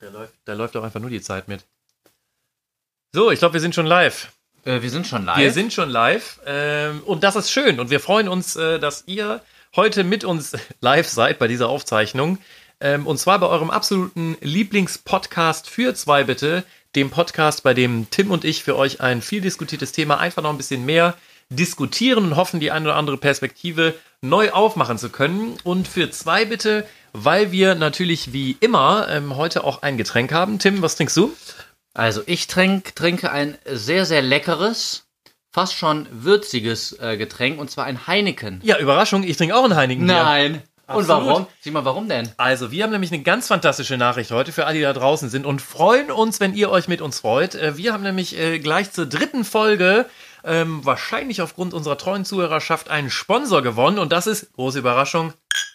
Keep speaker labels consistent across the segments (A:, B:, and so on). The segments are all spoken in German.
A: Da läuft, da läuft auch einfach nur die Zeit mit. So, ich glaube, wir sind schon live.
B: Äh, wir sind schon live.
A: Wir sind schon live. Ähm, und das ist schön. Und wir freuen uns, äh, dass ihr heute mit uns live seid bei dieser Aufzeichnung. Ähm, und zwar bei eurem absoluten Lieblingspodcast für zwei bitte. Dem Podcast, bei dem Tim und ich für euch ein viel diskutiertes Thema einfach noch ein bisschen mehr diskutieren und hoffen, die eine oder andere Perspektive neu aufmachen zu können. Und für zwei bitte, weil wir natürlich wie immer ähm, heute auch ein Getränk haben. Tim, was trinkst du?
B: Also ich trink, trinke ein sehr, sehr leckeres, fast schon würziges äh, Getränk und zwar ein Heineken.
A: Ja, Überraschung, ich trinke auch einen Heineken. Bier.
B: Nein. Und
A: Absolut.
B: warum? Sieh mal, warum denn?
A: Also, wir haben nämlich eine ganz fantastische Nachricht heute für alle, die da draußen sind und freuen uns, wenn ihr euch mit uns freut. Äh, Wir haben nämlich äh, gleich zur dritten Folge ähm, wahrscheinlich aufgrund unserer treuen Zuhörerschaft einen Sponsor gewonnen und das ist, große Überraschung,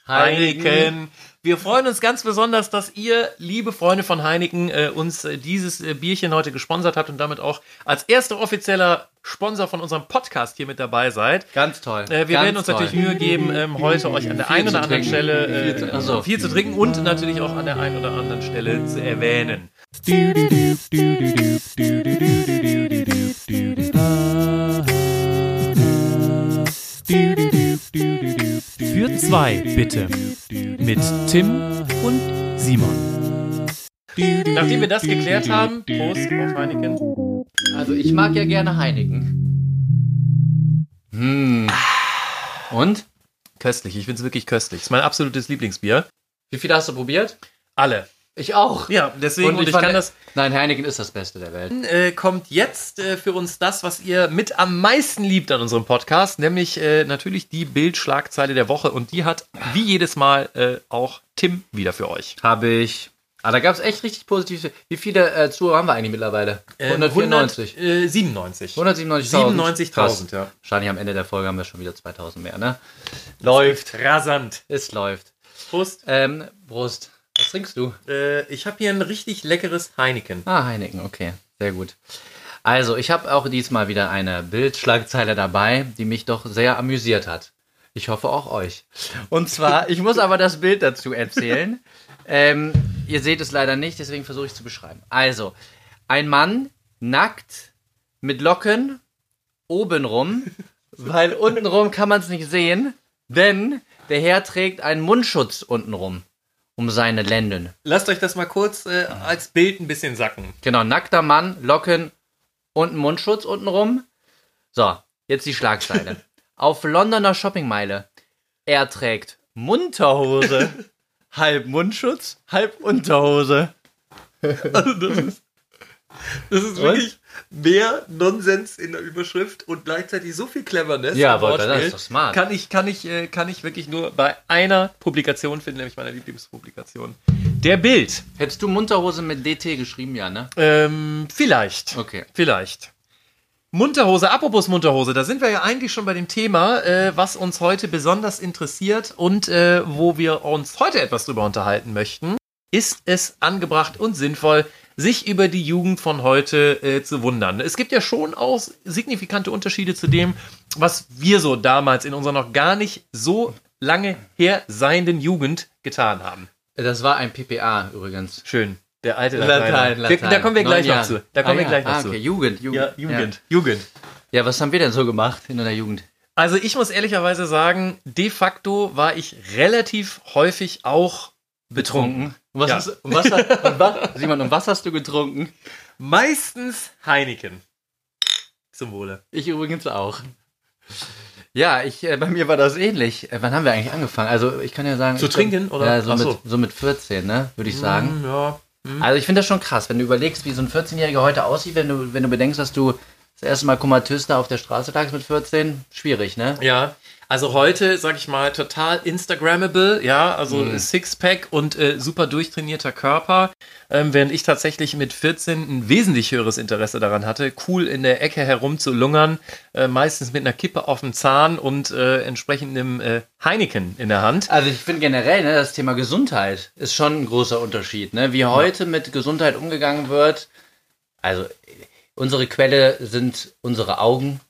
A: Heineken. Wir freuen uns ganz besonders, dass ihr, liebe Freunde von Heineken, äh, uns äh, dieses äh, Bierchen heute gesponsert habt und damit auch als erster offizieller Sponsor von unserem Podcast hier mit dabei seid.
B: Ganz toll.
A: Äh, wir
B: Ganz
A: werden uns
B: toll.
A: natürlich Mühe geben, ähm, heute euch an der einen
B: zu
A: oder anderen
B: trinken.
A: Stelle
B: Viel
A: äh,
B: zu- ach so.
A: viel zu trinken und natürlich auch an der einen oder anderen Stelle zu erwähnen.
C: Für zwei, bitte. Mit Tim und Simon.
A: Nachdem wir das geklärt haben, Prost auf Heineken.
B: Also ich mag ja gerne Heineken. Hm. Und?
A: Köstlich, ich finde es wirklich köstlich. Ist mein absolutes Lieblingsbier.
B: Wie viele hast du probiert?
A: Alle.
B: Ich auch.
A: Ja, deswegen, und ich,
B: fand- e-
A: kann das.
B: Nein, Heineken ist das Beste der Welt.
A: Äh, kommt jetzt äh, für uns das, was ihr mit am meisten liebt an unserem Podcast, nämlich äh, natürlich die Bildschlagzeile der Woche. Und die hat wie jedes Mal äh, auch Tim wieder für euch.
B: Habe ich. Ah, da gab es echt richtig positive. Wie viele äh, Zuhörer haben wir eigentlich mittlerweile?
A: Ähm,
B: 194.
A: 100, äh, 97.
B: 197.000.
A: 97.000,
B: Krass.
A: ja.
B: Wahrscheinlich am Ende der Folge haben wir schon wieder 2000 mehr, ne?
A: Läuft. Rasant.
B: Es läuft.
A: Prost.
B: Ähm, Brust. Was trinkst du?
A: Äh, ich habe hier ein richtig leckeres Heineken.
B: Ah, Heineken, okay. Sehr gut. Also, ich habe auch diesmal wieder eine Bildschlagzeile dabei, die mich doch sehr amüsiert hat. Ich hoffe auch euch. Und zwar, ich muss aber das Bild dazu erzählen. Ähm, ihr seht es leider nicht, deswegen versuche ich es zu beschreiben. Also, ein Mann nackt mit Locken obenrum, weil untenrum kann man es nicht sehen, denn der Herr trägt einen Mundschutz untenrum um seine Lenden.
A: Lasst euch das mal kurz äh, als Bild ein bisschen sacken.
B: Genau, nackter Mann, Locken und ein Mundschutz untenrum. So, jetzt die Schlagzeile. Auf Londoner Shoppingmeile. Er trägt Munterhose. halb Mundschutz, halb Unterhose.
A: Also Das ist
B: wirklich
A: mehr Nonsens in der Überschrift und gleichzeitig so viel Cleverness.
B: Ja, im Walter, das Wortspiel. ist doch smart.
A: Kann ich, kann, ich, äh, kann ich wirklich nur bei einer Publikation finden, nämlich meiner Lieblingspublikation. Der Bild.
B: Hättest du Munterhose mit DT geschrieben, ja, ne?
A: Ähm, vielleicht.
B: Okay.
A: Vielleicht. Munterhose, apropos Munterhose, da sind wir ja eigentlich schon bei dem Thema, äh, was uns heute besonders interessiert und äh, wo wir uns heute etwas drüber unterhalten möchten. Ist es angebracht und sinnvoll, sich über die Jugend von heute äh, zu wundern? Es gibt ja schon auch signifikante Unterschiede zu dem, was wir so damals in unserer noch gar nicht so lange her seienden Jugend getan haben.
B: Das war ein PPA übrigens.
A: Schön. Der alte Lateiner. Wir, da kommen wir
B: Neun
A: gleich noch
B: Jahre.
A: zu. Da kommen
B: ah,
A: wir gleich
B: ja.
A: noch
B: ah, okay.
A: zu.
B: Jugend, Jugend.
A: Ja, Jugend. Jugend.
B: Ja. ja, was haben wir denn so gemacht in der Jugend?
A: Also ich muss ehrlicherweise sagen, de facto war ich relativ häufig auch betrunken.
B: Trunken. Und was,
A: Ja.
B: hast, und was, und was, Simon, und was hast du getrunken?
A: Meistens Heineken. Zum Wohle.
B: Ich übrigens auch. Ja, ich, äh, bei mir war das ähnlich. Äh, wann haben wir eigentlich angefangen? Also ich kann ja sagen.
A: Zu
B: ich glaub-
A: trinken, oder?
B: Ja, so,
A: Ach
B: mit,
A: so.
B: so. mit 14, ne? Würde ich sagen.
A: Hm, Ja.
B: Also ich finde das schon krass, wenn du überlegst, wie so ein 14-Jähriger heute aussieht, wenn du, wenn du bedenkst, dass du das erste Mal komatös da auf der Straße lagst mit 14. Schwierig, ne?
A: Ja. Also heute, sag ich mal, total Instagrammable, ja, also Sixpack und äh, super durchtrainierter Körper, ähm, während ich tatsächlich mit 14 ein wesentlich höheres Interesse daran hatte, cool in der Ecke herumzulungern, äh, meistens mit einer Kippe auf dem Zahn und äh, entsprechend einem äh, Heineken in der Hand.
B: Also ich finde generell, ne, das Thema Gesundheit ist schon ein großer Unterschied. Ne? Wie heute mit Gesundheit umgegangen wird. Also äh, unsere Quelle sind unsere Augen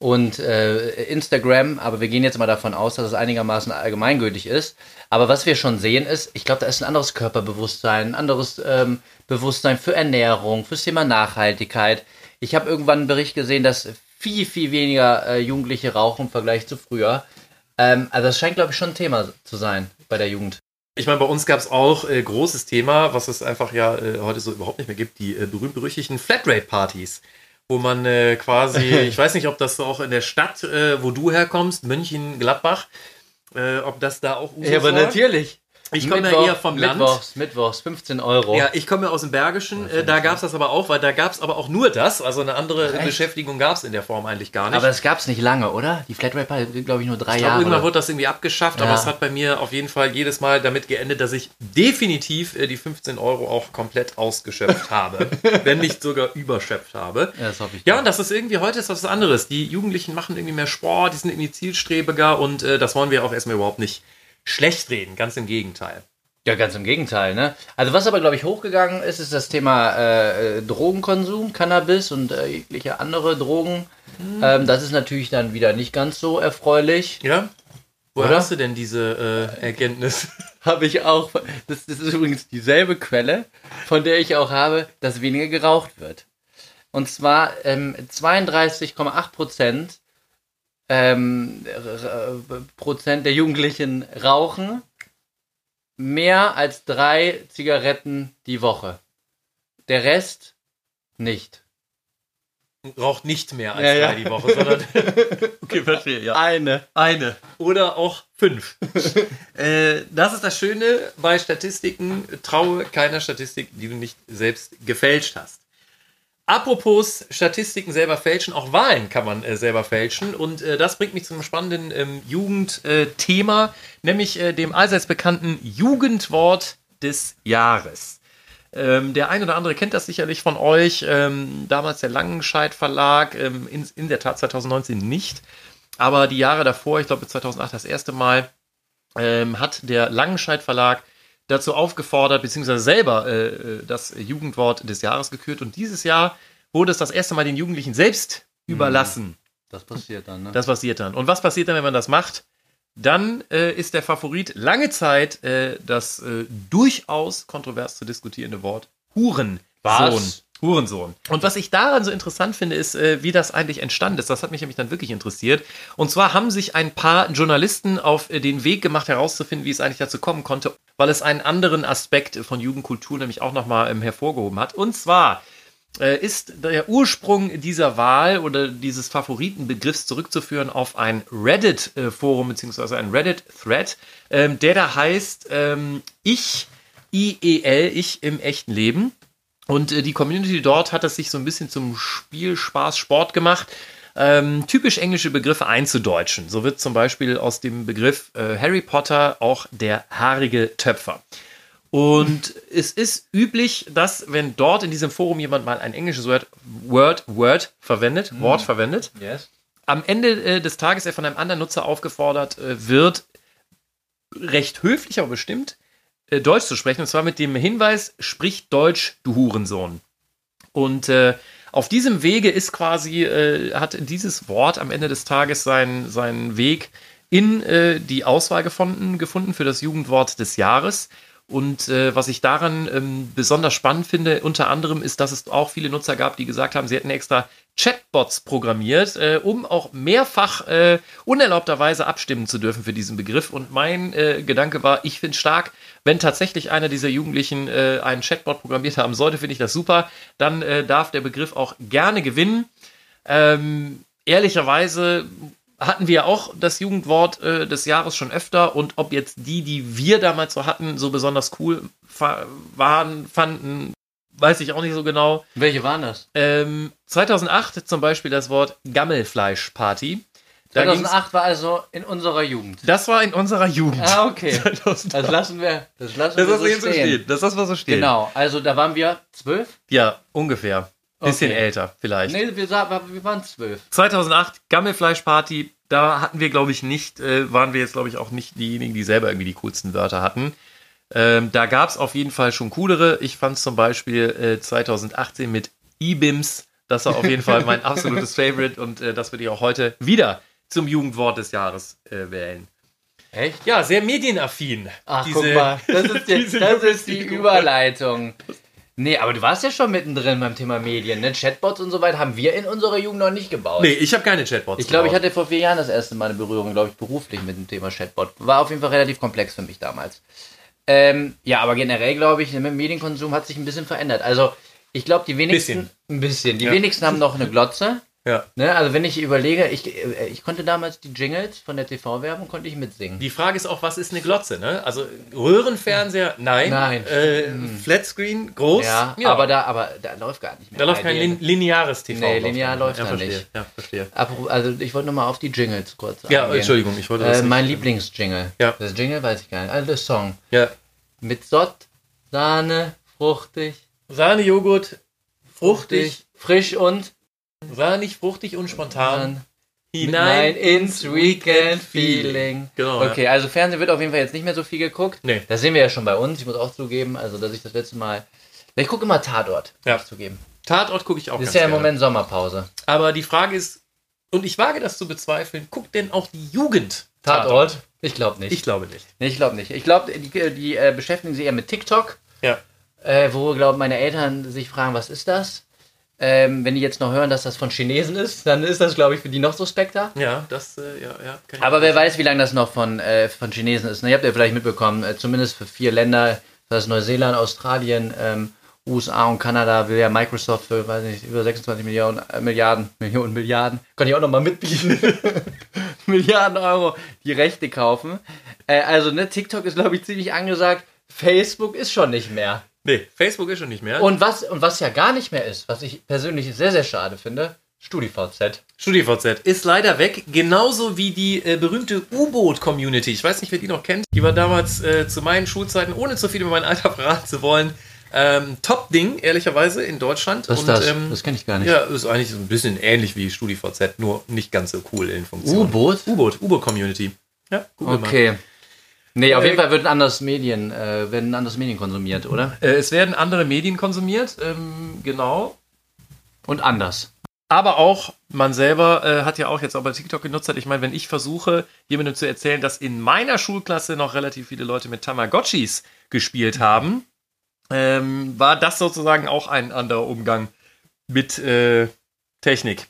B: und äh, Instagram, aber wir gehen jetzt mal davon aus, dass es einigermaßen allgemeingültig ist. Aber was wir schon sehen ist, ich glaube, da ist ein anderes Körperbewusstsein, ein anderes ähm, Bewusstsein für Ernährung, fürs Thema Nachhaltigkeit. Ich habe irgendwann einen Bericht gesehen, dass viel, viel weniger äh, Jugendliche rauchen im Vergleich zu früher. Ähm, also das scheint, glaube ich, schon ein Thema zu sein bei der Jugend.
A: Ich meine, bei uns gab es auch äh, großes Thema, was es einfach ja äh, heute so überhaupt nicht mehr gibt, die äh, berühmt-berüchtigten Flatrate-Partys, wo man äh, quasi, ich weiß nicht, ob das so auch in der Stadt, äh, wo du herkommst, München, Gladbach, äh, ob das da auch Usus war.
B: natürlich.
A: Ich komme ja
B: Mittwoch-
A: eher vom Land.
B: Mittwochs, Mittwochs, 15 Euro.
A: Ja, ich komme ja aus dem Bergischen, äh, da gab es das aber auch, weil da gab es aber auch nur das, also eine andere Beschäftigung gab es in der Form eigentlich gar nicht.
B: Aber das gab es nicht lange, oder? Die Flatrate, glaube ich, nur drei
A: Ich glaube,
B: Jahre.
A: irgendwann wurde das irgendwie abgeschafft, aber
B: Ja.
A: es hat bei mir auf jeden Fall jedes Mal damit geendet, dass ich definitiv äh, die 15 Euro auch komplett ausgeschöpft habe, wenn nicht sogar überschöpft habe.
B: Ja, das hoffe ich
A: Ja,
B: doch.
A: und das ist irgendwie, heute ist das was anderes. Die Jugendlichen machen irgendwie mehr Sport, die sind irgendwie zielstrebiger und äh, das wollen wir auch erstmal überhaupt nicht schlecht reden, ganz im Gegenteil.
B: Ja, ganz im Gegenteil, ne? Also was aber, glaube ich, hochgegangen ist, ist das Thema äh, äh, Drogenkonsum, Cannabis und äh, jegliche andere Drogen.
A: Hm.
B: Ähm, das ist natürlich dann wieder nicht ganz so erfreulich.
A: Ja? Woher
B: Oder?
A: hast du denn diese äh, Erkenntnis?
B: Habe ich auch, das, das ist übrigens dieselbe Quelle, von der ich auch habe, dass weniger geraucht wird. Und zwar ähm, 32,8 Prozent, ähm, r- r- Prozent der Jugendlichen rauchen mehr als drei Zigaretten die Woche. Der Rest nicht.
A: Raucht nicht mehr als
B: Ja, ja.
A: drei die Woche, sondern. okay, verstehe, ja.
B: Eine.
A: Eine oder auch fünf. äh, das ist das Schöne bei Statistiken. Traue keiner Statistik, die du nicht selbst gefälscht hast. Apropos Statistiken selber fälschen, auch Wahlen kann man äh, selber fälschen. Und äh, das bringt mich zu einem spannenden ähm, Jugendthema, nämlich äh, dem allseits bekannten Jugendwort des Jahres. Ähm, der ein oder andere kennt das sicherlich von euch. Ähm, damals der Langenscheidt Verlag, ähm, in, in der Tat 2019 nicht. Aber die Jahre davor, ich glaube 2008 das erste Mal, ähm, hat der Langenscheidt Verlag dazu aufgefordert, beziehungsweise selber äh, äh, das Jugendwort des Jahres gekürt. Und dieses Jahr wurde es das erste Mal den Jugendlichen selbst überlassen.
B: Das passiert dann, ne?
A: Das passiert dann. Und was passiert dann, wenn man das macht? Dann äh, ist der Favorit lange Zeit äh, das äh, durchaus kontrovers zu diskutierende Wort Hurensohn.
B: Was?
A: Hurensohn. Und was ich daran so interessant finde, ist, äh, wie das eigentlich entstanden ist. Das hat mich nämlich dann wirklich interessiert. Und zwar haben sich ein paar Journalisten auf äh, den Weg gemacht, herauszufinden, wie es eigentlich dazu kommen konnte, weil es einen anderen Aspekt von Jugendkultur nämlich auch nochmal ähm, hervorgehoben hat. Und zwar äh, ist der Ursprung dieser Wahl oder dieses Favoritenbegriffs zurückzuführen auf ein Reddit-Forum beziehungsweise ein Reddit-Thread, ähm, der da heißt ähm, Ich, IEL, ich im echten Leben. Und äh, die Community dort hat es sich so ein bisschen zum Spiel, Spaß, Sport gemacht, ähm, typisch englische Begriffe einzudeutschen. So wird zum Beispiel aus dem Begriff äh, Harry Potter auch der haarige Töpfer. Und es ist üblich, dass wenn dort in diesem Forum jemand mal ein englisches Word, Word, Word verwendet, Wort verwendet,
B: Yes.
A: am Ende äh, des Tages er von einem anderen Nutzer aufgefordert äh, wird, recht höflich, aber bestimmt, äh, Deutsch zu sprechen. Und zwar mit dem Hinweis, sprich Deutsch, du Hurensohn. Und äh, auf diesem Wege ist quasi, äh, hat dieses Wort am Ende des Tages seinen, seinen Weg in äh, die Auswahl gefunden, gefunden für das Jugendwort des Jahres. Und äh, was ich daran ähm, besonders spannend finde, unter anderem ist, dass es auch viele Nutzer gab, die gesagt haben, sie hätten extra Chatbots programmiert, äh, um auch mehrfach äh, unerlaubterweise abstimmen zu dürfen für diesen Begriff. Und mein äh, Gedanke war, ich finde stark, wenn tatsächlich einer dieser Jugendlichen äh, einen Chatbot programmiert haben sollte, finde ich das super. Dann äh, darf der Begriff auch gerne gewinnen. Ähm, ehrlicherweise hatten wir auch das Jugendwort äh, des Jahres schon öfter und ob jetzt die, die wir damals so hatten, so besonders cool fa- waren, fanden, weiß ich auch nicht so genau.
B: Welche waren das?
A: Ähm, 2008 zum Beispiel das Wort Gammelfleischparty. Da ging's-
B: 2008 war also in unserer Jugend.
A: das war in unserer Jugend.
B: Ah, okay.
A: 2008.
B: Das lassen wir, das lassen
A: Das
B: wir
A: ist
B: so
A: jetzt so
B: stehen.
A: steht. Das ist, das, was so steht.
B: Genau, also da waren wir zwölf.
A: Ja, ungefähr. Bisschen
B: Okay.
A: älter vielleicht.
B: Nee, wir, sa- wir waren zwölf.
A: 2008 Gammelfleischparty, da hatten wir glaube ich nicht, äh, waren wir jetzt glaube ich auch nicht diejenigen, die selber irgendwie die coolsten Wörter hatten. Ähm, da gab es auf jeden Fall schon coolere. Ich fand zum Beispiel äh, 2018 mit IBIMS Das war auf jeden Fall mein absolutes Favorite und äh, das würde ich auch heute wieder zum Jugendwort des Jahres äh, wählen.
B: Echt?
A: Ja, sehr medienaffin.
B: Ach,
A: diese-
B: guck mal, das ist, die,
A: diese
B: das ist die
A: Berechtigung.
B: Überleitung. Nee, aber du warst ja schon mittendrin beim Thema Medien, ne? Chatbots und so weiter haben wir in unserer Jugend noch nicht gebaut.
A: Nee, ich habe keine Chatbots.
B: Ich glaube, ich
A: gebaut.
B: hatte vor vier Jahren das erste Mal eine Berührung, glaube ich, beruflich mit dem Thema Chatbot. War auf jeden Fall relativ komplex für mich damals. Ähm, ja, aber generell glaube ich, mit Medienkonsum hat sich ein bisschen verändert. Also ich glaube, die wenigsten,
A: Bisschen.
B: ein bisschen, die
A: Ja.
B: wenigsten haben noch eine Glotze.
A: Ja.
B: Ne? Also wenn ich überlege, ich, äh, ich konnte damals die Jingles von der TV-Werbung konnte ich mitsingen.
A: Die Frage ist auch, was ist eine Glotze? Ne? Also Röhrenfernseher, nein.
B: Nein.
A: Äh, Flatscreen, groß.
B: ja, aber da, aber da läuft gar nicht mehr.
A: Da läuft kein lin lineares TV.
B: Nee,
A: läuft
B: linear
A: da.
B: läuft
A: ja,
B: da
A: verstehe.
B: nicht.
A: Ja, verstehe.
B: Apro- Also ich wollte nochmal auf die Jingles kurz
A: Ja,
B: eingehen.
A: Entschuldigung, ich wollte das
B: Äh,
A: nicht-
B: mein Lieblingsjingle.
A: Ja.
B: Das Jingle weiß ich gar nicht. Also das Song.
A: Ja.
B: Mit Sott, Sahne, fruchtig,
A: Sahnejoghurt, fruchtig,
B: fruchtig, frisch und
A: sahnig, fruchtig und spontan.
B: dann hinein ins Weekend Feeling.
A: Genau, ja.
B: Okay, also Fernsehen wird auf jeden Fall jetzt nicht mehr so viel geguckt.
A: Nee.
B: Das sehen wir ja schon bei uns. Ich muss auch zugeben, also dass ich das letzte Mal. Ich gucke immer Tatort,
A: Ja.
B: muss ich zugeben.
A: Tatort gucke ich auch
B: Ist
A: ganz
B: ja im
A: gerne.
B: Moment Sommerpause.
A: Aber die Frage ist, und ich wage das zu bezweifeln, guckt denn auch die Jugend
B: Ich glaube nicht.
A: Ich glaube nicht.
B: nee, ich glaube nicht. Ich glaube, die, die äh, beschäftigen sich eher mit TikTok.
A: Ja.
B: äh, wo, glaube meine Eltern sich fragen, was ist das? Ähm, wenn die jetzt noch hören, dass das von Chinesen ist, dann ist das, glaube ich, für die noch suspekter.
A: Ja, das, äh, ja, ja. Kann ich
B: Aber wer weiß, wie lange das noch von, äh, von Chinesen ist. Ne? Ihr habt ja vielleicht mitbekommen, äh, zumindest für vier Länder, das ist Neuseeland, Australien, ähm, USA und Kanada, will ja Microsoft für, weiß nicht, über 26 Millionen, äh, Milliarden, Millionen, Milliarden, kann ich auch nochmal mitbieten, Milliarden Euro die Rechte kaufen. Äh, also, ne, TikTok ist, glaube ich, ziemlich angesagt. Facebook ist schon nicht mehr.
A: Nee, Facebook ist schon nicht mehr.
B: Und was, und was ja gar nicht mehr ist, was ich persönlich sehr, sehr schade finde, StudiVZ.
A: StudiVZ ist leider weg, genauso wie die äh, berühmte U-Boot-Community. Ich weiß nicht, wer die noch kennt. Die war damals äh, zu meinen Schulzeiten, ohne zu viel über mein Alter verraten zu wollen, ähm, Top-Ding, ehrlicherweise, in Deutschland. Und, ähm,
B: das kenne ich gar nicht.
A: ja, ist eigentlich so ein bisschen ähnlich wie StudiVZ, nur nicht ganz so cool in Funktion.
B: U-Boot?
A: U-Boot, U-Boot-Community. Ja, google mal.
B: Okay. Nee, auf
A: Äh,
B: jeden Fall wird anders Medien, äh, werden anders Medien konsumiert, oder?
A: Äh, es werden andere Medien konsumiert, ähm, genau.
B: Und anders.
A: Aber auch man selber äh, hat ja auch jetzt, ob er TikTok genutzt hat. Ich meine, wenn ich versuche, jemandem zu erzählen, dass in meiner Schulklasse noch relativ viele Leute mit Tamagotchis gespielt haben, ähm, war das sozusagen auch ein anderer Umgang mit äh, Technik.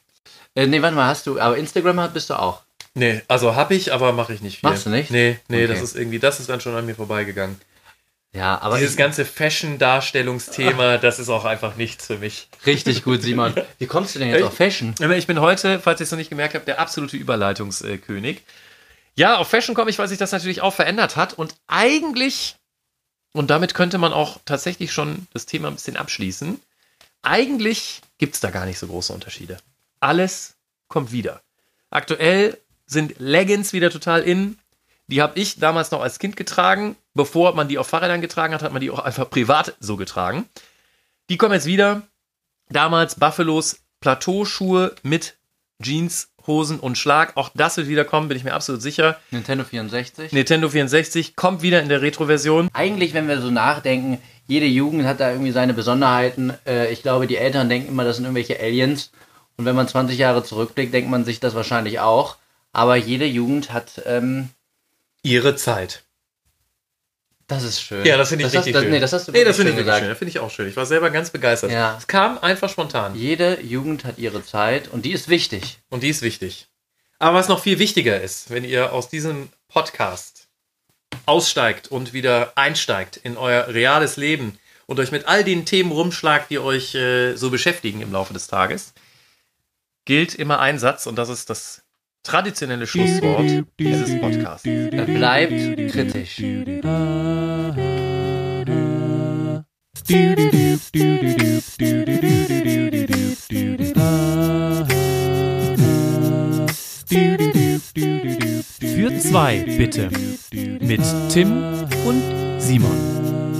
B: Äh, nee, warte mal, hast du, aber Instagram hat- bist du auch.
A: Nee, also habe ich, aber mache ich nicht viel.
B: Machst du nicht?
A: Nee, nee,
B: Okay.
A: das ist irgendwie, das ist dann schon an mir vorbeigegangen.
B: Ja, aber
A: Dieses ganze Fashion-Darstellungsthema, das ist auch einfach nichts für mich.
B: richtig gut, Simon. Wie kommst du denn jetzt
A: Echt?
B: auf Fashion?
A: Aber Ich bin heute, falls ihr es noch nicht gemerkt habt, der absolute Überleitungskönig. Ja, auf Fashion komme ich, weil sich das natürlich auch verändert hat. Und eigentlich, und damit könnte man auch tatsächlich schon das Thema ein bisschen abschließen, eigentlich gibt es da gar nicht so große Unterschiede. Alles kommt wieder. Aktuell sind Leggings wieder total in. Die habe ich damals noch als Kind getragen. Bevor man die auf Fahrrädern getragen hat, hat man die auch einfach privat so getragen. Die kommen jetzt wieder damals Buffalos Plateauschuhe mit Jeans, Hosen und Schlag. Auch das wird wieder kommen, bin ich mir absolut sicher.
B: Nintendo 64?
A: Nintendo 64 kommt wieder in der Retro-Version.
B: Eigentlich, wenn wir so nachdenken, jede Jugend hat da irgendwie seine Besonderheiten. Äh, ich glaube, die Eltern denken immer, das sind irgendwelche Aliens. Und wenn man 20 Jahre zurückblickt, denkt man sich das wahrscheinlich auch. Aber jede Jugend hat, ähm,
A: Ihre Zeit.
B: das ist schön.
A: Ja, das finde ich
B: hast-
A: richtig
B: das,
A: schön.
B: Nee, das hast du
A: Nee, das finde
B: wirklich
A: ich
B: schön
A: wirklich
B: gesagt.
A: schön. Das finde ich auch schön. Ich war selber ganz begeistert.
B: Ja.
A: Es kam einfach spontan.
B: Jede Jugend hat ihre Zeit und die ist wichtig.
A: Und die ist wichtig. Aber was noch viel wichtiger ist, wenn ihr aus diesem Podcast aussteigt und wieder einsteigt in euer reales Leben und euch mit all den Themen rumschlagt, die euch äh, so beschäftigen im Laufe des Tages, gilt immer ein Satz und das ist das traditionelle Schlusswort dieses Podcasts.
B: Dann bleibt kritisch.
C: Für zwei bitte. Mit Tim und Simon.